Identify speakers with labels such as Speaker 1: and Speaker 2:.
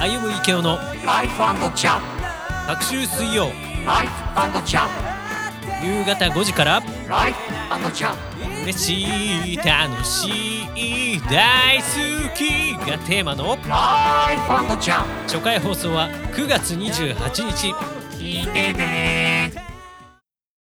Speaker 1: 歩む池尾の
Speaker 2: ライフチャッ
Speaker 1: 各週水曜
Speaker 2: プライフチャッ
Speaker 1: 夕方5時から
Speaker 2: プライフチャップ
Speaker 1: 嬉しい楽しい大好きがテーマの
Speaker 2: ライフチャッ
Speaker 1: 初回放送は9月28日
Speaker 2: プ聞いてね